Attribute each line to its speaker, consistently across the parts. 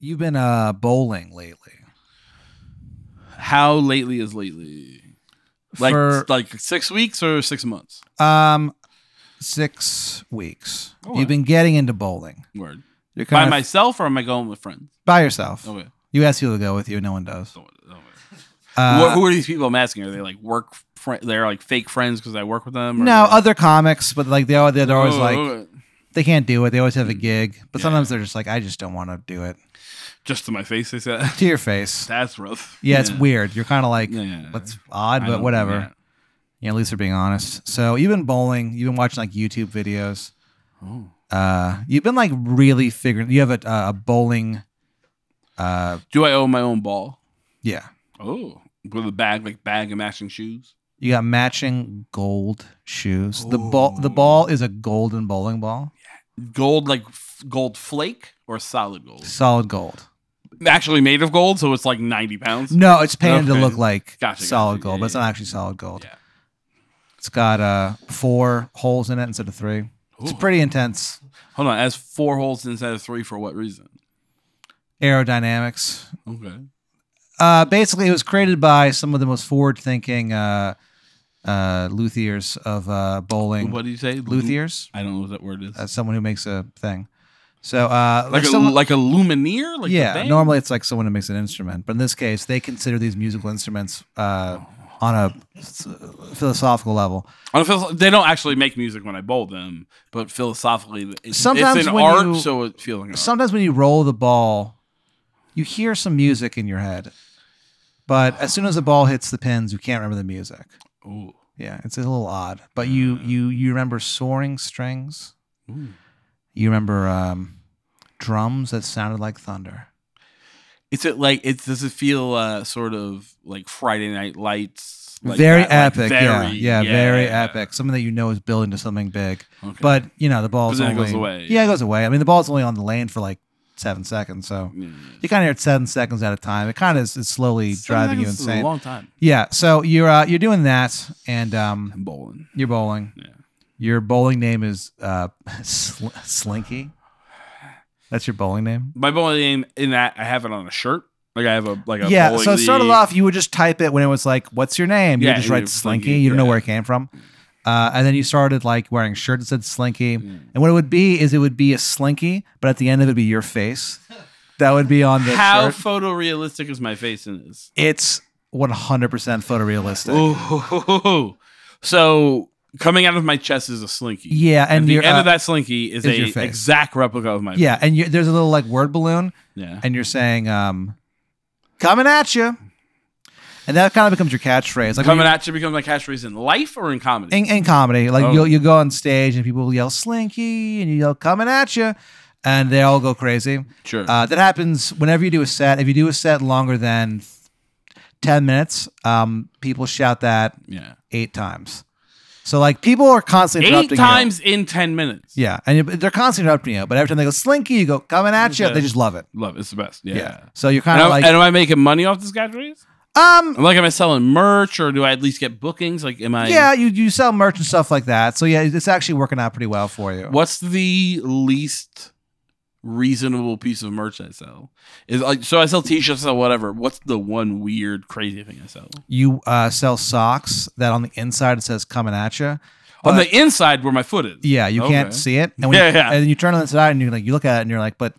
Speaker 1: You've been uh, bowling lately.
Speaker 2: How lately is lately? Like
Speaker 1: For-
Speaker 2: like six weeks or six months?
Speaker 1: Um, six weeks.
Speaker 2: Oh, wow.
Speaker 1: You've been getting into bowling.
Speaker 2: Word.
Speaker 1: You're
Speaker 2: By
Speaker 1: kind of-
Speaker 2: myself or am I going with friends? Oh,
Speaker 1: by yourself.
Speaker 2: Okay.
Speaker 1: You ask who to go with you. No one does.
Speaker 2: Don't- don't worry.
Speaker 1: Uh,
Speaker 2: Wh- Oh, who are these people I'm asking? Are they like work? Fr- they're like fake friends because I work with them. or-
Speaker 1: no, other comics, but like they all, they're always
Speaker 2: Oh,
Speaker 1: like
Speaker 2: okay.
Speaker 1: they can't do it. They always have a gig, but
Speaker 2: Hmm. Yeah.
Speaker 1: sometimes they're just like, I just don't want to do it
Speaker 2: just to my face. They said
Speaker 1: to your face.
Speaker 2: that's rough.
Speaker 1: Yeah, it's weird. You're kind of like,
Speaker 2: Yeah, yeah, yeah.
Speaker 1: that's odd,
Speaker 2: I
Speaker 1: but
Speaker 2: don't-
Speaker 1: whatever.
Speaker 2: yeah.
Speaker 1: You know, at least they're being honest. So you've been bowling. You've been watching like YouTube videos.
Speaker 2: Oh.
Speaker 1: Uh, you've been like really figuring. You have a, uh, a bowling. Uh,
Speaker 2: Do I own my own ball?
Speaker 1: yeah,
Speaker 2: Oh, with a bag like bag and matching shoes.
Speaker 1: you got matching gold shoes. The ball. The ball is a golden bowling ball.
Speaker 2: Gold like f- gold flake or solid gold?
Speaker 1: Solid gold.
Speaker 2: Actually made of gold, so it's like ninety pounds.
Speaker 1: No, it's painted to
Speaker 2: Okay.
Speaker 1: look like
Speaker 2: Gotcha,
Speaker 1: solid
Speaker 2: gotcha.
Speaker 1: gold,
Speaker 2: Yeah,
Speaker 1: but it's
Speaker 2: yeah,
Speaker 1: not actually solid gold.
Speaker 2: Yeah.
Speaker 1: It's got uh four holes in it instead of three. It's
Speaker 2: Ooh.
Speaker 1: pretty intense
Speaker 2: Hold on, it has four holes instead of three for what reason?
Speaker 1: aerodynamics.
Speaker 2: Okay.
Speaker 1: Uh, basically, it was created by some of the most forward-thinking uh, uh, luthiers of uh, bowling.
Speaker 2: What do you say?
Speaker 1: Luthiers,
Speaker 2: I don't know what that word is.
Speaker 1: uh, someone who makes a thing. So, uh,
Speaker 2: like a
Speaker 1: someone-
Speaker 2: like a lumineer. Like the
Speaker 1: yeah,
Speaker 2: thing?
Speaker 1: normally it's like someone who makes an instrument, but in this case, they consider these musical instruments uh, on a s- philosophical level.
Speaker 2: I don't feel, they don't actually make music when I bowl them, but philosophically, it's,
Speaker 1: Sometimes
Speaker 2: it's an
Speaker 1: when
Speaker 2: art,
Speaker 1: you-
Speaker 2: so it feels like an art.
Speaker 1: Sometimes when you roll the ball, you hear some music in your head, but as soon as the ball hits the pins, you can't remember the music.
Speaker 2: Ooh.
Speaker 1: Yeah, it's a little odd, but you
Speaker 2: Mm.
Speaker 1: you you remember soaring strings.
Speaker 2: Ooh.
Speaker 1: You remember um, drums that sounded like thunder.
Speaker 2: Is it like it? Does it feel uh, sort of like Friday Night Lights? Like
Speaker 1: very
Speaker 2: that,
Speaker 1: epic,
Speaker 2: like
Speaker 1: yeah,
Speaker 2: very-
Speaker 1: yeah, very epic. Something that you know is building to something big,
Speaker 2: Okay.
Speaker 1: but you know the ball's
Speaker 2: then it
Speaker 1: only
Speaker 2: goes away.
Speaker 1: yeah it goes away. I mean the ball's only on the lane for like seven seconds, so
Speaker 2: Yeah.
Speaker 1: you kind of hear it seven seconds at a time. It kind of is, is slowly driving you
Speaker 2: Sometimes it's
Speaker 1: insane.
Speaker 2: A long time.
Speaker 1: Yeah, so you're uh, you're doing that, and um,
Speaker 2: I'm bowling.
Speaker 1: you're bowling.
Speaker 2: Yeah.
Speaker 1: Your bowling name is uh, sl- Slinky. That's your bowling name.
Speaker 2: My bowling name in that I have it on a shirt. Like I have a like a
Speaker 1: yeah.
Speaker 2: bowling
Speaker 1: So it started
Speaker 2: league.
Speaker 1: off, you would just type it when it was like, "What's your name?" You
Speaker 2: Yeah,
Speaker 1: would just
Speaker 2: you
Speaker 1: write
Speaker 2: would
Speaker 1: Slinky.
Speaker 2: Slinky,
Speaker 1: You don't know
Speaker 2: yeah.
Speaker 1: where it came from. Uh, and then you started like wearing shirts that said Slinky.
Speaker 2: Yeah.
Speaker 1: And what it would be is it would be a Slinky, but at the end of it would be your face. That would be on the
Speaker 2: How
Speaker 1: shirt.
Speaker 2: photorealistic is my face in this?
Speaker 1: It's 100% photorealistic.
Speaker 2: Ooh. So coming out of my chest is a slinky.
Speaker 1: Yeah,
Speaker 2: And
Speaker 1: and
Speaker 2: the
Speaker 1: your,
Speaker 2: end
Speaker 1: uh,
Speaker 2: of that slinky is,
Speaker 1: is your
Speaker 2: a
Speaker 1: face.
Speaker 2: exact replica of my
Speaker 1: yeah, and you, there's a little like word balloon,
Speaker 2: Yeah.
Speaker 1: and you're saying, um, "Coming at you," and that kind of becomes your catchphrase. Like when
Speaker 2: Coming
Speaker 1: you-
Speaker 2: at you become my catchphrase in life or in comedy?
Speaker 1: in, in comedy, like
Speaker 2: Oh.
Speaker 1: you'll you go on stage and people will yell "Slinky" and you yell "Coming at you," and they all go crazy.
Speaker 2: sure.
Speaker 1: Uh, that happens whenever you do a set. If you do a set longer than ten minutes, um, people shout that
Speaker 2: yeah.
Speaker 1: eight times. So like people are constantly
Speaker 2: Eight
Speaker 1: interrupting you.
Speaker 2: times in ten minutes.
Speaker 1: Yeah, and you- they're constantly interrupting you. But every time they go "Slinky," you go "Coming at you."
Speaker 2: Okay.
Speaker 1: They just love it.
Speaker 2: Love it. it's the best. Yeah.
Speaker 1: Yeah. So you're
Speaker 2: And,
Speaker 1: kind of
Speaker 2: am-
Speaker 1: like,
Speaker 2: and am I making money off this catchphrase?
Speaker 1: um,
Speaker 2: I'm like, am I selling merch or do I at least get bookings? Like, am I?
Speaker 1: yeah, you you sell merch and stuff like that. So yeah, it's actually working out pretty well for you.
Speaker 2: What's the least reasonable piece of merch I sell? Is like, so I sell t-shirts or whatever. What's the one weird crazy thing I sell?
Speaker 1: You uh, sell socks that on the inside it says "Coming at you."
Speaker 2: on the inside where my foot is.
Speaker 1: Yeah, you can't
Speaker 2: Okay.
Speaker 1: see it, and, when
Speaker 2: Yeah,
Speaker 1: you,
Speaker 2: yeah.
Speaker 1: and then you turn on the side and you like you look at it and you're like, but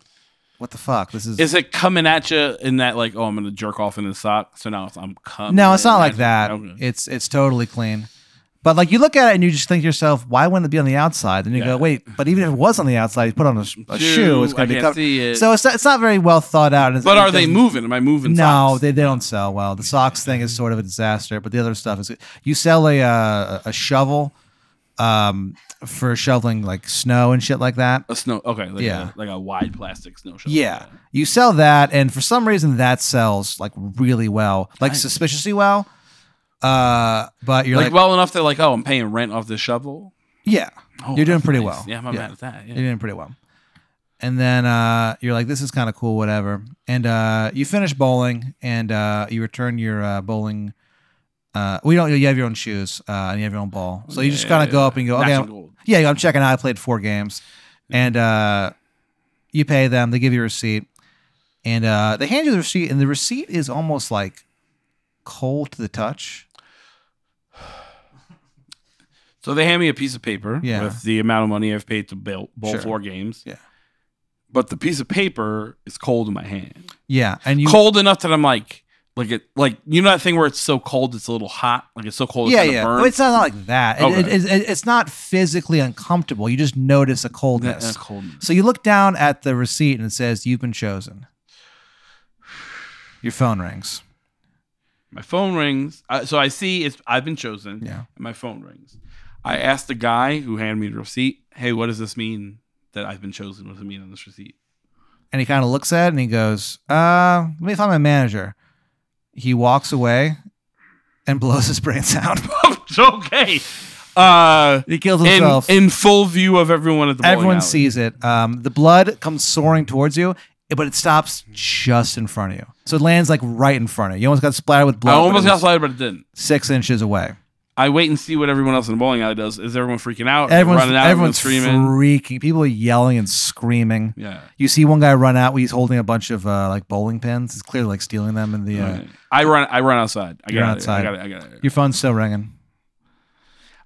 Speaker 1: what the fuck? This is,
Speaker 2: Is it coming at you in that like, oh, I'm gonna jerk off in the sock? So now it's, I'm coming.
Speaker 1: no, it's not like
Speaker 2: at
Speaker 1: that.
Speaker 2: you. Okay.
Speaker 1: It's it's totally clean. But like you look at it and you just think to yourself, why wouldn't it be on the outside? Then you
Speaker 2: Yeah.
Speaker 1: go, wait, but even if it was on the outside, you put on a, sh- a shoe, it's
Speaker 2: I
Speaker 1: gonna be
Speaker 2: can't
Speaker 1: covered.
Speaker 2: see it.
Speaker 1: So it's not, it's not very well thought out. and it's-
Speaker 2: but
Speaker 1: it
Speaker 2: are they
Speaker 1: doesn't-
Speaker 2: moving? Am I moving?
Speaker 1: No,
Speaker 2: socks?
Speaker 1: they, they don't sell well. The socks thing is sort of a disaster, but the other stuff is you sell a uh, a shovel um, for shoveling like snow and shit like that.
Speaker 2: a snow. Okay, like
Speaker 1: Yeah.
Speaker 2: a, like a wide plastic snow shovel.
Speaker 1: Yeah. You sell that, and for some reason that sells like really well, like
Speaker 2: Nice.
Speaker 1: suspiciously well. Uh, but you're
Speaker 2: like,
Speaker 1: like,
Speaker 2: well enough that like, oh, I'm paying rent off this shovel.
Speaker 1: yeah,
Speaker 2: Oh,
Speaker 1: You're doing
Speaker 2: that's
Speaker 1: pretty
Speaker 2: nice.
Speaker 1: well.
Speaker 2: Yeah, I'm not
Speaker 1: Yeah.
Speaker 2: mad at that. Yeah.
Speaker 1: you're doing pretty well. And then uh, you're like, this is kind of cool, whatever. And uh, you finish bowling, and uh, you return your uh, bowling. Uh, we don't. You have your own shoes, uh, and you have your own ball. So you just
Speaker 2: Yeah,
Speaker 1: kind
Speaker 2: yeah,
Speaker 1: of go up and go,
Speaker 2: Matching
Speaker 1: okay,
Speaker 2: gold.
Speaker 1: Yeah, I'm checking out. I played four games, and uh, you pay them. They give you a receipt, and uh, they hand you the receipt, and the receipt is almost like cold to the touch.
Speaker 2: So they hand me a piece of paper
Speaker 1: Yeah.
Speaker 2: with the amount of money I've paid to bowl, bowl
Speaker 1: Sure.
Speaker 2: four games.
Speaker 1: Yeah.
Speaker 2: But the piece of paper is cold in my hand.
Speaker 1: Yeah, and you
Speaker 2: cold enough that I'm like, like it, like you know that thing where it's so cold it's a little hot, like it's so cold. It's
Speaker 1: yeah,
Speaker 2: kinda
Speaker 1: yeah.
Speaker 2: burnt?
Speaker 1: Well, it's not like that. It-
Speaker 2: Okay.
Speaker 1: it- it- it- it's not physically uncomfortable. You just notice a
Speaker 2: That-
Speaker 1: coldness.
Speaker 2: that coldness.
Speaker 1: So you look down at the receipt and it says you've been chosen. Your phone rings.
Speaker 2: My phone rings. I, so I see it's I've been chosen.
Speaker 1: Yeah.
Speaker 2: And my phone rings. I asked the guy who handed me the receipt, "Hey, what does this mean that I've been chosen? What does it mean on this receipt?"
Speaker 1: And he kind of looks at it and he goes, uh, let me find my manager. He walks away and blows his brains out.
Speaker 2: It's okay. Uh,
Speaker 1: he kills
Speaker 2: in,
Speaker 1: himself.
Speaker 2: in full view of everyone at the bowling
Speaker 1: Everyone
Speaker 2: alley.
Speaker 1: sees it. Um, the blood comes soaring towards you, but it stops just in front of you. So it lands like right in front of you. You almost got splattered with blood.
Speaker 2: I
Speaker 1: but
Speaker 2: almost
Speaker 1: it
Speaker 2: got
Speaker 1: was
Speaker 2: slided, but it didn't.
Speaker 1: six inches away.
Speaker 2: I wait and see what everyone else in the bowling alley does. Is everyone freaking out?
Speaker 1: Everyone's,
Speaker 2: running out,
Speaker 1: everyone's
Speaker 2: screaming.
Speaker 1: freaking. People are yelling and screaming.
Speaker 2: yeah.
Speaker 1: You see one guy run out. He's holding a bunch of uh, like bowling pins. He's clearly like stealing them in the. Uh,
Speaker 2: Alright. I run. I run outside. I
Speaker 1: You're
Speaker 2: got
Speaker 1: outside.
Speaker 2: I got it. I got it.
Speaker 1: Your phone's still ringing.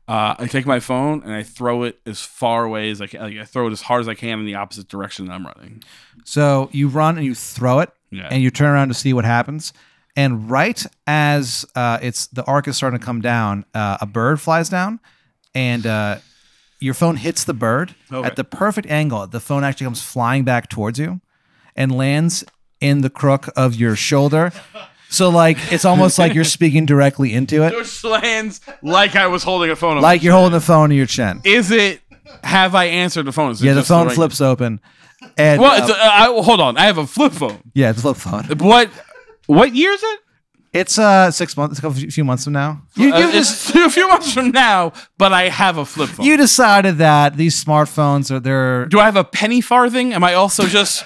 Speaker 2: Uh, I take my phone and I throw it as far away as I can. Like, I throw it as hard as I can in the opposite direction that I'm running.
Speaker 1: So you run and you throw it,
Speaker 2: Yeah.
Speaker 1: and you turn around to see what happens. And right as uh, it's the arc is starting to come down, uh, a bird flies down, and uh, your phone hits the bird
Speaker 2: Okay.
Speaker 1: at the perfect angle. The phone actually comes flying back towards you, and lands in the crook of your shoulder. So like it's almost like you're speaking directly into it,
Speaker 2: George lands like I was holding a phone.
Speaker 1: like you're holding the phone to your chin.
Speaker 2: is it? Have I answered the phone? Is it
Speaker 1: Yeah, the
Speaker 2: just
Speaker 1: phone
Speaker 2: right-
Speaker 1: flips open, and
Speaker 2: Well,
Speaker 1: uh,
Speaker 2: it's, uh, I, well, hold on. I have a flip phone.
Speaker 1: yeah, it's a flip phone.
Speaker 2: What? What year is it?
Speaker 1: It's uh six months, a couple few months from now. You,
Speaker 2: Uh,
Speaker 1: you just
Speaker 2: it's a few months from now, but I have a flip phone.
Speaker 1: you decided that these smartphones are there.
Speaker 2: Do I have a penny farthing? Am I also just?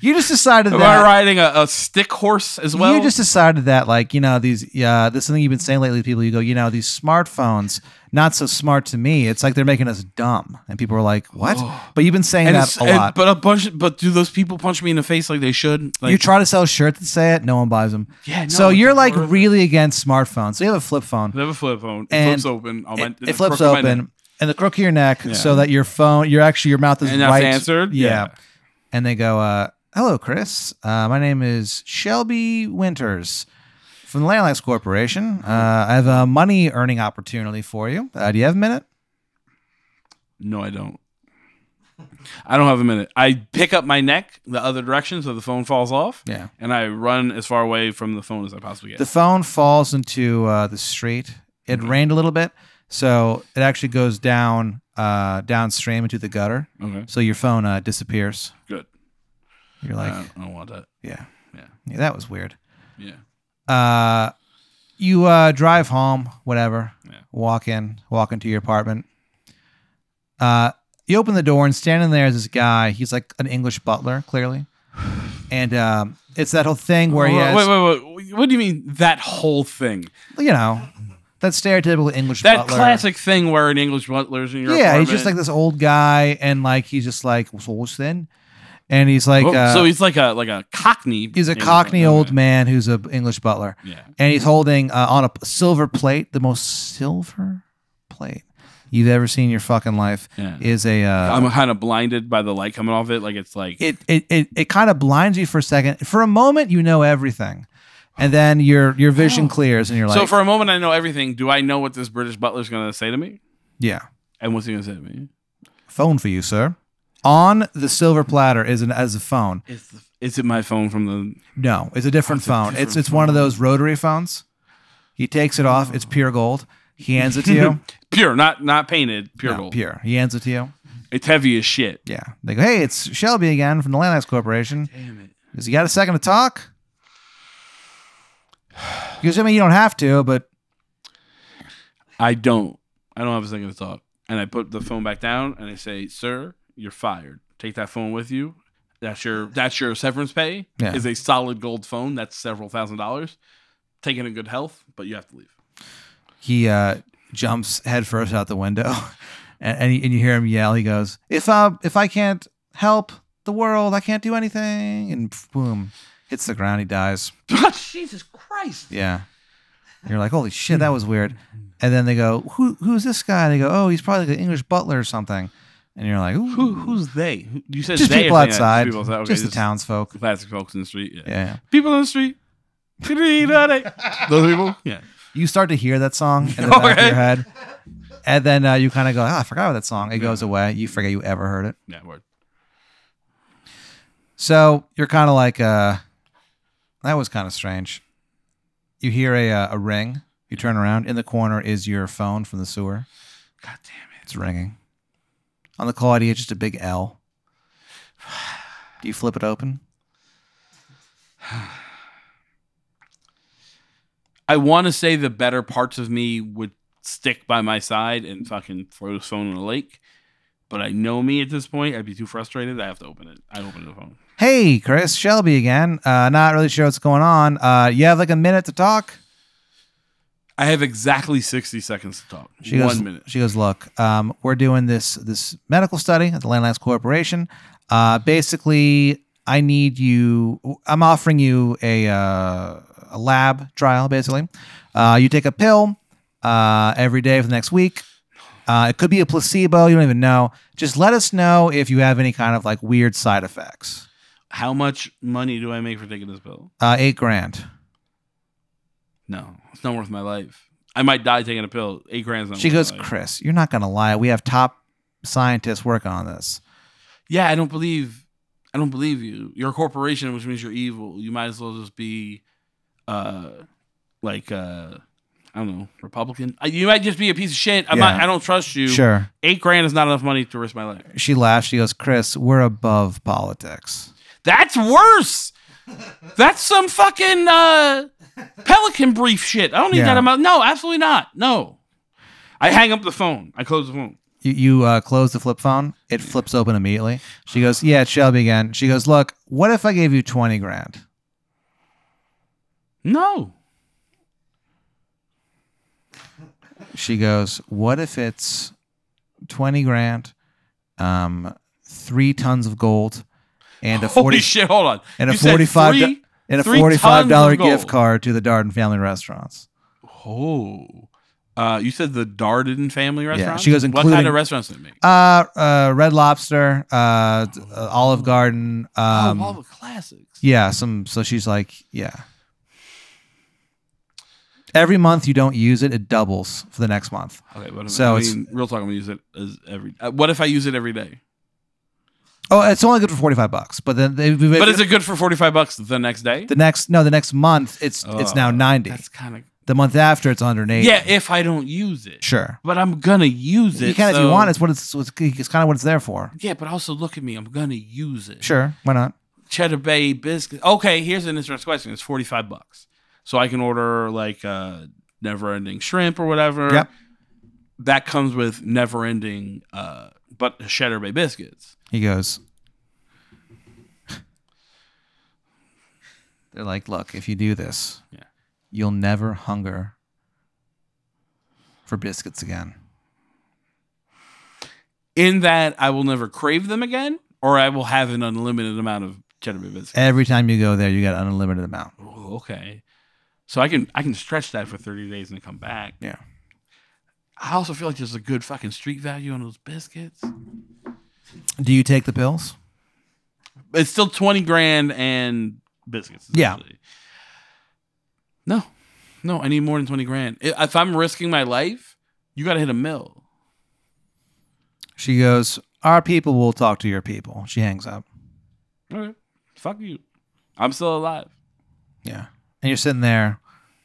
Speaker 1: You just decided
Speaker 2: am I
Speaker 1: that.
Speaker 2: riding a, a stick horse as well?
Speaker 1: you just decided that, like you know, these. Yeah, this is something you've been saying lately. to People, you go, you know, these smartphones not so smart to me. It's like they're making us dumb, and people are like, "What?" But you've been saying
Speaker 2: Oh. and
Speaker 1: that
Speaker 2: it's,
Speaker 1: a
Speaker 2: and-
Speaker 1: lot.
Speaker 2: but a bunch. But do those people punch me in the face like they should? Like,
Speaker 1: you try to sell shirts that say it, no one buys them.
Speaker 2: Yeah, no,
Speaker 1: so
Speaker 2: it's
Speaker 1: you're like
Speaker 2: worth it.
Speaker 1: really against smartphones. So you have a flip phone.
Speaker 2: I have a flip phone. It
Speaker 1: And
Speaker 2: flips open. On Oh, my,
Speaker 1: it,
Speaker 2: in
Speaker 1: it
Speaker 2: the
Speaker 1: flips
Speaker 2: crook of my neck.
Speaker 1: open and the crook of your neck
Speaker 2: Yeah.
Speaker 1: so that your phone your actually your mouth is
Speaker 2: And that's
Speaker 1: right
Speaker 2: answered?
Speaker 1: yeah.
Speaker 2: Yeah.
Speaker 1: and they go uh hello chris uh my name is shelby winters from the landlines corporation uh i have a money earning opportunity for you uh, do you have a minute
Speaker 2: No, I don't. I don't have a minute. I pick up my neck the other direction so the phone falls off,
Speaker 1: yeah
Speaker 2: and I run as far away from the phone as I possibly get.
Speaker 1: the phone falls into uh the street it
Speaker 2: Mm-hmm.
Speaker 1: rained a little bit so it actually goes down uh downstream into the gutter
Speaker 2: okay,
Speaker 1: so your phone uh disappears
Speaker 2: good.
Speaker 1: you're like
Speaker 2: I, don't, I don't want that.
Speaker 1: yeah
Speaker 2: Yeah.
Speaker 1: yeah that was weird
Speaker 2: Yeah.
Speaker 1: uh you uh drive home whatever
Speaker 2: Yeah.
Speaker 1: walk in walk into your apartment uh you open the door and standing there is this guy he's like an english butler clearly and um it's that whole thing where he
Speaker 2: Wait,
Speaker 1: has
Speaker 2: wait, wait, wait. What do you mean that whole thing?
Speaker 1: you know that stereotypical english
Speaker 2: That
Speaker 1: butler
Speaker 2: classic thing where an English butler's in your
Speaker 1: yeah
Speaker 2: apartment.
Speaker 1: he's just like this old guy and like he's just like so what's then and he's like
Speaker 2: Oh,
Speaker 1: uh,
Speaker 2: so he's like a like a cockney.
Speaker 1: he's a
Speaker 2: English
Speaker 1: cockney
Speaker 2: butler.
Speaker 1: old man who's a english butler
Speaker 2: Yeah.
Speaker 1: and he's holding uh, on a p- silver plate, the most silver plate you've ever seen in your fucking life
Speaker 2: Yeah.
Speaker 1: is a. Uh,
Speaker 2: I'm kind of blinded by the light coming off it. Like it's like
Speaker 1: it it it, it kind of blinds you for a second. For a moment, you know everything, and then your your vision clears, and you're like,
Speaker 2: so. For a moment, I know everything. Do I know what this British butler's going to say to me?
Speaker 1: yeah,
Speaker 2: And what's he going to say to me?
Speaker 1: phone for you, sir. On the silver platter is an as a phone.
Speaker 2: Is, the, is it my phone from the?
Speaker 1: No, it's a different
Speaker 2: It's a
Speaker 1: phone.
Speaker 2: different
Speaker 1: it's it's one of
Speaker 2: phone.
Speaker 1: those rotary phones. He takes it off. It's pure gold. He hands it to you.
Speaker 2: Pure, not not painted. Pure
Speaker 1: No,
Speaker 2: gold.
Speaker 1: pure. He hands it to you.
Speaker 2: It's heavy as shit.
Speaker 1: Yeah. They go, hey, it's Shelby again from the Landlines Corporation.
Speaker 2: Damn it.
Speaker 1: Because you got a second to talk? Because I mean, you don't have to, but
Speaker 2: I don't. I don't have a second to talk. And I put the phone back down and I say, "Sir, you're fired. Take that phone with you. That's your that's your severance pay.
Speaker 1: Yeah.
Speaker 2: Is a solid gold phone. That's several thousand dollars. Taken in good health, but you have to leave.
Speaker 1: he uh, jumps headfirst out the window, and and, he, and you hear him yell. He goes, "If I if I can't help, the world. I can't do anything. And boom, hits the ground. He dies.
Speaker 2: Jesus Christ.
Speaker 1: Yeah. And you're like, holy shit, that was weird. And then they go, who who's this guy? And they go, oh, he's probably like an English butler or something. And you're like, Ooh.
Speaker 2: Who, who's they? Who- You said
Speaker 1: just
Speaker 2: they
Speaker 1: people
Speaker 2: are saying that.
Speaker 1: outside,
Speaker 2: People outside. Okay,
Speaker 1: just the townsfolk.
Speaker 2: Classic folks in the street. Yeah.
Speaker 1: Yeah.
Speaker 2: People in the street. Those people. Yeah.
Speaker 1: You start to hear that song in the back of
Speaker 2: Okay.
Speaker 1: your head, and then uh, you kind of go, oh, I forgot about that song. It goes away. You forget you ever heard it.
Speaker 2: Yeah. Word.
Speaker 1: So you're kind of like, uh, that was kind of strange. You hear a uh, a ring. You turn around. In the corner is your phone from the sewer.
Speaker 2: God damn
Speaker 1: It's ringing. On the call ID, it's just a big L. Do you flip it open?
Speaker 2: I want to say the better parts of me would stick by my side and fucking throw this phone in the lake. But I know me at this point. I'd be too frustrated. I have to open it. I open the phone.
Speaker 1: Hey, Chris Shelby again. Uh, not really sure what's going on. Uh, you have like a minute to talk.
Speaker 2: I have exactly 60 seconds to talk.
Speaker 1: She
Speaker 2: One
Speaker 1: goes,
Speaker 2: minute.
Speaker 1: She goes, look, um, we're doing this this medical study at the Landlines Corporation. Uh, basically, I need you. I'm offering you a uh, a lab trial. Basically, uh, you take a pill uh, every day for the next week. Uh, it could be a placebo. You don't even know. Just let us know if you have any kind of like weird side effects.
Speaker 2: How much money do I make for taking this pill?
Speaker 1: Uh, eight grand.
Speaker 2: No, it's not worth my life. I might die taking a pill. Eight grand's not
Speaker 1: She
Speaker 2: worth
Speaker 1: goes,
Speaker 2: my life.
Speaker 1: Chris, you're not gonna lie. We have top scientists working on this.
Speaker 2: yeah, I don't believe, I don't believe you. You're a corporation, which means you're evil. You might as well just be, uh, like, uh, I don't know, Republican. Uh, You might just be a piece of shit. I'm not.
Speaker 1: Yeah.
Speaker 2: I don't trust you.
Speaker 1: Sure.
Speaker 2: Eight grand is not enough money to risk my life.
Speaker 1: She laughs. She goes, Chris, we're above politics.
Speaker 2: That's worse. That's some fucking uh, Pelican brief shit. I don't need
Speaker 1: Yeah.
Speaker 2: that amount. No, absolutely not. No. I hang up the phone. I close the phone.
Speaker 1: You, you uh, close the flip phone. It flips open immediately. She goes, Yeah, it's Shelby again. She goes, Look, what if I gave you 20 grand?
Speaker 2: No.
Speaker 1: She goes, What if it's 20 grand, um, three tons of gold, and a 40
Speaker 2: Holy shit! Hold on.
Speaker 1: and a
Speaker 2: You said
Speaker 1: 45
Speaker 2: three-
Speaker 1: and a
Speaker 2: three
Speaker 1: $45 dollar
Speaker 2: tons of
Speaker 1: gift
Speaker 2: gold.
Speaker 1: card to the Darden family restaurants?
Speaker 2: Oh. Uh, you said the Darden family restaurant?
Speaker 1: she goes,
Speaker 2: What kind
Speaker 1: including-
Speaker 2: of restaurants do they make?
Speaker 1: Uh, uh, Red Lobster, uh, t- uh, Olive Garden. Um,
Speaker 2: oh, all the classics.
Speaker 1: Yeah, some so she's like, yeah. Every month you don't use it, it doubles for the next month.
Speaker 2: Okay, but
Speaker 1: So
Speaker 2: I
Speaker 1: it's-
Speaker 2: mean, real talk, I'm going to use it as every... Uh, what if I use it every day?
Speaker 1: Oh, it's only good for 45 bucks, but then they
Speaker 2: But is it good for 45 bucks the next day?
Speaker 1: the next no, the next month it's it's now
Speaker 2: Uh,
Speaker 1: 90.
Speaker 2: That's kind of...
Speaker 1: The month after it's 180.
Speaker 2: Yeah, if I don't use it.
Speaker 1: sure.
Speaker 2: But I'm going to use it.
Speaker 1: You can if you
Speaker 2: so-
Speaker 1: want. It's what it's it's, it's kind of what it's there for.
Speaker 2: Yeah, but also look at me. I'm going to use it.
Speaker 1: Sure, why not?
Speaker 2: Cheddar Bay biscuit. Okay, here's an interesting question. It's 45 bucks. So I can order like uh never ending shrimp or whatever.
Speaker 1: Yep.
Speaker 2: That comes with never ending uh but Cheddar Bay biscuits.
Speaker 1: He goes. They're like, look, if you do this,
Speaker 2: Yeah.
Speaker 1: you'll never hunger for biscuits again.
Speaker 2: In that I will never crave them again, or I will have an unlimited amount of Cheddar Bay biscuits.
Speaker 1: Every time you go there, you get an unlimited amount.
Speaker 2: Ooh, okay. So I can I can stretch that for 30 days and then come back.
Speaker 1: Yeah.
Speaker 2: I also feel like there's a good fucking street value on those biscuits.
Speaker 1: Do you take the pills?
Speaker 2: it's still 20 grand and biscuits.
Speaker 1: Yeah.
Speaker 2: essentially. No, no, I need more than 20 grand. I- If I'm risking my life, you got to hit a mill.
Speaker 1: She goes, Our people will talk to your people. She hangs up.
Speaker 2: Okay. Fuck you. I'm still alive.
Speaker 1: Yeah. And you're sitting there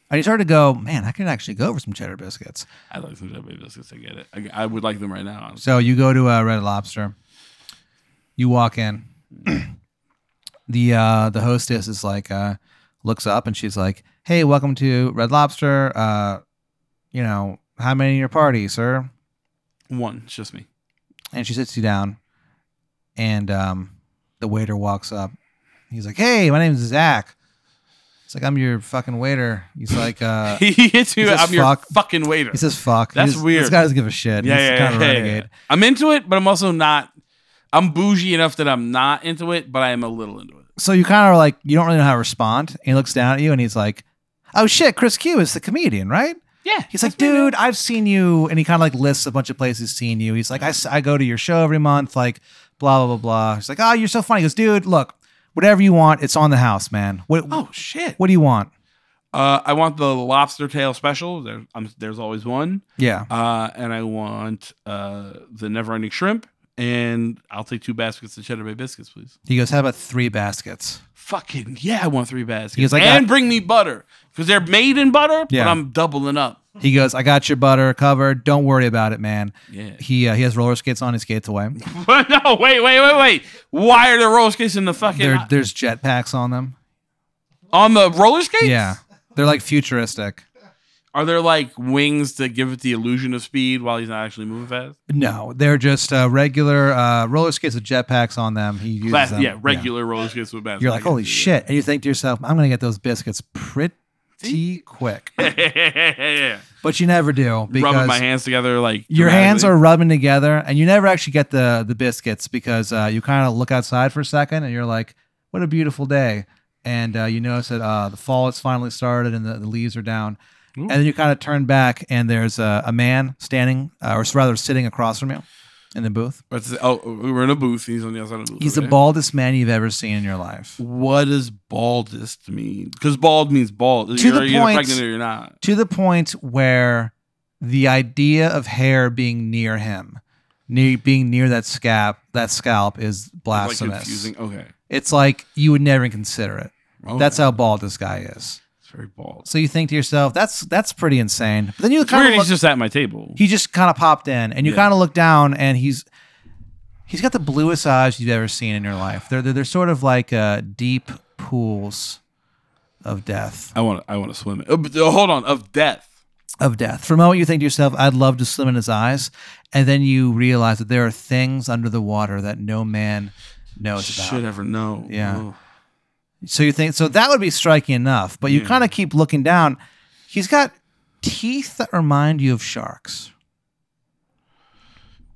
Speaker 1: and you start to go, Man, I could actually go for some cheddar biscuits.
Speaker 2: I like some Subway biscuits. I get it. I, I would like them right now. honestly.
Speaker 1: So you go to uh, Red Lobster. You walk in. the uh, the hostess is like uh, looks up and she's like, "Hey, welcome to Red Lobster. Uh, you know, how many in your party, sir?"
Speaker 2: One, it's just me.
Speaker 1: And she sits you down, and um, the waiter walks up. He's like, "Hey, my name's Zach." It's like I'm your fucking waiter. He's like, uh,
Speaker 2: he hits you.
Speaker 1: he says
Speaker 2: I'm your
Speaker 1: fuck.
Speaker 2: fucking waiter.
Speaker 1: he says, "Fuck."
Speaker 2: That's
Speaker 1: He's-
Speaker 2: weird.
Speaker 1: This guy doesn't give a shit.
Speaker 2: yeah,
Speaker 1: He's
Speaker 2: yeah,
Speaker 1: kind of a
Speaker 2: yeah, yeah,
Speaker 1: renegade.
Speaker 2: yeah. I'm into it, but I'm also not. I'm bougie enough that I'm not into it, but I am a little into it.
Speaker 1: So you kind of are like, you don't really know how to respond. And he looks down at you and he's like, oh shit, Chris Q is the comedian, right?
Speaker 2: Yeah.
Speaker 1: He's like, dude, I've seen you. And he kind of like lists a bunch of places he's seen you. He's like, I, s- I go to your show every month, like, blah, blah, blah, blah. He's like, oh, you're so funny. He goes, dude, look, whatever you want, it's on the house, man. What,
Speaker 2: Oh shit.
Speaker 1: what do you want?
Speaker 2: Uh, I want the lobster tail special. There, um, there's always one.
Speaker 1: Yeah.
Speaker 2: Uh, and I want uh, the never ending shrimp. And I'll take two baskets of cheddar bay biscuits, please.
Speaker 1: He goes, how about three baskets?
Speaker 2: Fucking yeah, I want three baskets.
Speaker 1: He was like,
Speaker 2: and
Speaker 1: I-
Speaker 2: bring me butter because they're made in butter, but
Speaker 1: Yeah.
Speaker 2: I'm doubling up.
Speaker 1: He goes, I got your butter covered. Don't worry about it, man.
Speaker 2: Yeah.
Speaker 1: He uh, he has roller skates on. He skates away.
Speaker 2: no, wait, wait, wait, wait. Why are the roller skates in the fucking
Speaker 1: There, there's jetpacks on them.
Speaker 2: on the roller skates?
Speaker 1: Yeah. They're like futuristic.
Speaker 2: Are there like wings to give it the illusion of speed while he's not actually moving fast?
Speaker 1: No, they're just uh, regular uh, roller skates with jetpacks on them. He uses
Speaker 2: Class,
Speaker 1: them.
Speaker 2: um, yeah, regular roller skates with baskets.
Speaker 1: You're like, holy shit. And you think to yourself, I'm going to get those biscuits pretty quick.
Speaker 2: yeah.
Speaker 1: But you never do because
Speaker 2: Rubbing my hands together like
Speaker 1: your hands
Speaker 2: dramatically.
Speaker 1: are rubbing together and you never actually get the, the biscuits because uh, you kind of look outside for a second and you're like, what a beautiful day. And uh, you notice that uh, the fall has finally started and the, the leaves are down.
Speaker 2: Ooh.
Speaker 1: And then you kind of turn back and there's a, a man standing, uh, or rather sitting across from you in the booth.
Speaker 2: What's his- oh, we were in a booth. He's on the other side of the booth.
Speaker 1: He's the
Speaker 2: over there.
Speaker 1: baldest man you've ever seen in your life.
Speaker 2: What does baldest mean? Because bald means bald.
Speaker 1: To
Speaker 2: you're
Speaker 1: the
Speaker 2: either
Speaker 1: point-
Speaker 2: pregnant or you're not.
Speaker 1: To the point where the idea of hair being near him, near being near that scalp, that scalp is
Speaker 2: It's,
Speaker 1: blasphemous.
Speaker 2: Like confusing. Okay.
Speaker 1: It's like you would never consider it.
Speaker 2: Okay.
Speaker 1: That's how bald this guy is.
Speaker 2: it's very bald.
Speaker 1: So you think to yourself, that's that's pretty insane. But then you
Speaker 2: It's weird.
Speaker 1: kind of
Speaker 2: He's just at my table.
Speaker 1: he just kind of popped in, and you
Speaker 2: Yeah.
Speaker 1: kind of look down, and he's he's got the bluest eyes you've ever seen in your life. They're they're, they're sort of like uh, deep pools of death.
Speaker 2: I want. to. I want to swim. it. Oh, but, oh, hold on. Of death.
Speaker 1: of death. For a moment, you think to yourself, I'd love to swim in his eyes. And then you realize that there are things under the water that no man knows about.
Speaker 2: Should ever know.
Speaker 1: Yeah.
Speaker 2: Oh.
Speaker 1: So you think, so that would be striking enough, but you
Speaker 2: Yeah.
Speaker 1: kind of keep looking down. He's got teeth that remind you of sharks.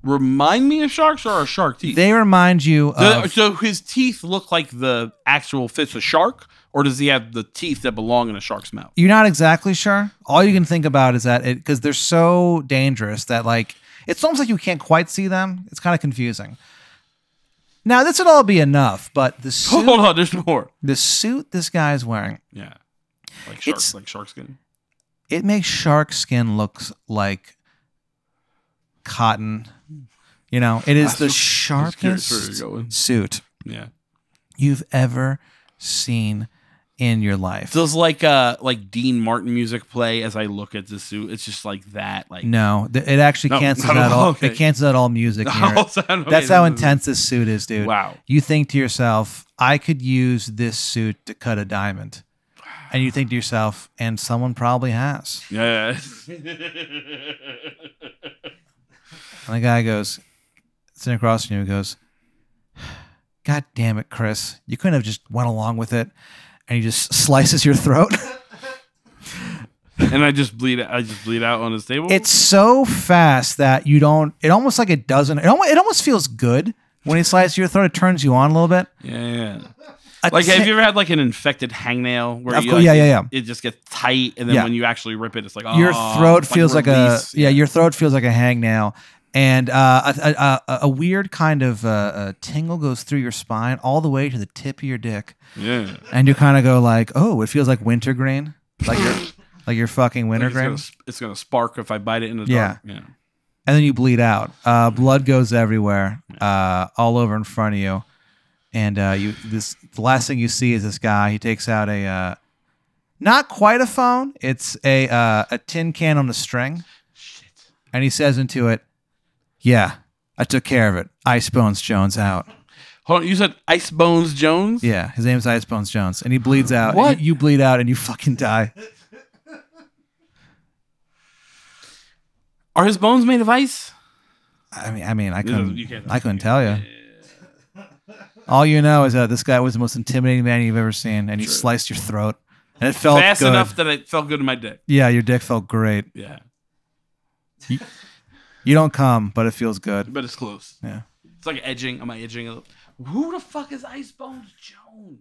Speaker 2: Remind me of sharks or are shark teeth?
Speaker 1: They remind you
Speaker 2: The- uh,
Speaker 1: of,
Speaker 2: so his teeth look like the actual fits of shark, or does he have the teeth that belong in a shark's mouth?
Speaker 1: you're not exactly sure. All you can think about is that it, because they're so dangerous that like, it's almost like you can't quite see them. It's kind of confusing. Now, this would all be enough, but the suit,
Speaker 2: Hold on. There's more.
Speaker 1: the suit this guy is wearing
Speaker 2: Yeah. Like
Speaker 1: It's-
Speaker 2: sharks. Like shark skin.
Speaker 1: it makes shark skin looks like cotton. You know, it is the
Speaker 2: was curious where
Speaker 1: sharpest
Speaker 2: you're going.
Speaker 1: suit
Speaker 2: Yeah.
Speaker 1: you've ever seen in your life.
Speaker 2: Does like uh like Dean Martin music play as I look at the suit? It's just like that. Like
Speaker 1: No, th- it actually
Speaker 2: No,
Speaker 1: cancels
Speaker 2: not at
Speaker 1: out
Speaker 2: all.
Speaker 1: all.
Speaker 2: Okay.
Speaker 1: It cancels out all music.
Speaker 2: All
Speaker 1: here.
Speaker 2: of a sudden, okay,
Speaker 1: That's how
Speaker 2: this is-
Speaker 1: intense this suit is, dude.
Speaker 2: Wow.
Speaker 1: You think to yourself, I could use this suit to cut a diamond, and you think to yourself, and someone probably has.
Speaker 2: Yeah.
Speaker 1: And the guy goes, sitting across from you, goes, God damn it, Chris. You couldn't have just went along with it. And he just slices your throat.
Speaker 2: and I just bleed. I just bleed out on his table.
Speaker 1: it's so fast that you don't, it almost like it doesn't, it almost, it almost feels good when he slices your throat. It turns you on a little bit.
Speaker 2: yeah. yeah.
Speaker 1: A
Speaker 2: Like,
Speaker 1: ti-
Speaker 2: have you ever had like an infected hangnail where
Speaker 1: Of
Speaker 2: you,
Speaker 1: course,
Speaker 2: like,
Speaker 1: yeah, yeah, yeah.
Speaker 2: It just gets tight, and then
Speaker 1: Yeah.
Speaker 2: when you actually rip it, it's like
Speaker 1: your
Speaker 2: "Oh,
Speaker 1: throat
Speaker 2: fucking
Speaker 1: feels like a,
Speaker 2: release."
Speaker 1: yeah, your throat feels like a hangnail. And uh, a, a, a, a weird kind of uh, uh, tingle goes through your spine all the way to the tip of your dick.
Speaker 2: yeah.
Speaker 1: and you kind of go like, "Oh, it feels like wintergreen, like you're like you're fucking
Speaker 2: Like, it's,
Speaker 1: wintergreen,"
Speaker 2: gonna, sp- it's gonna spark if I bite it in the
Speaker 1: Yeah.
Speaker 2: dark. Yeah.
Speaker 1: and then you bleed out. Uh, blood goes everywhere, uh, all over in front of you, and uh, you this the last thing you see is this guy. He takes out a uh, not quite a phone. It's a uh, a tin can on a string,
Speaker 2: Shit.
Speaker 1: and he says into it, "Yeah, I took care of it. Ice Bones Jones out.
Speaker 2: Hold on. You said Ice Bones Jones.
Speaker 1: Yeah, his name's Ice Bones Jones, and he bleeds out.
Speaker 2: What?
Speaker 1: You, you bleed out, and you fucking die.
Speaker 2: Are his bones made of ice?
Speaker 1: I mean, I mean, I
Speaker 2: This is-
Speaker 1: couldn't,
Speaker 2: you can't-
Speaker 1: I couldn't tell you. All you know is that this guy was the most intimidating man you've ever seen, and he
Speaker 2: True.
Speaker 1: sliced your throat, and it felt
Speaker 2: Fast
Speaker 1: good.
Speaker 2: enough that it felt good in my dick.
Speaker 1: yeah, your dick felt great.
Speaker 2: Yeah.
Speaker 1: You don't come, but it feels good.
Speaker 2: But it's close.
Speaker 1: Yeah.
Speaker 2: It's like edging. Am I edging? a little? Who the fuck is Ice Bones Jones?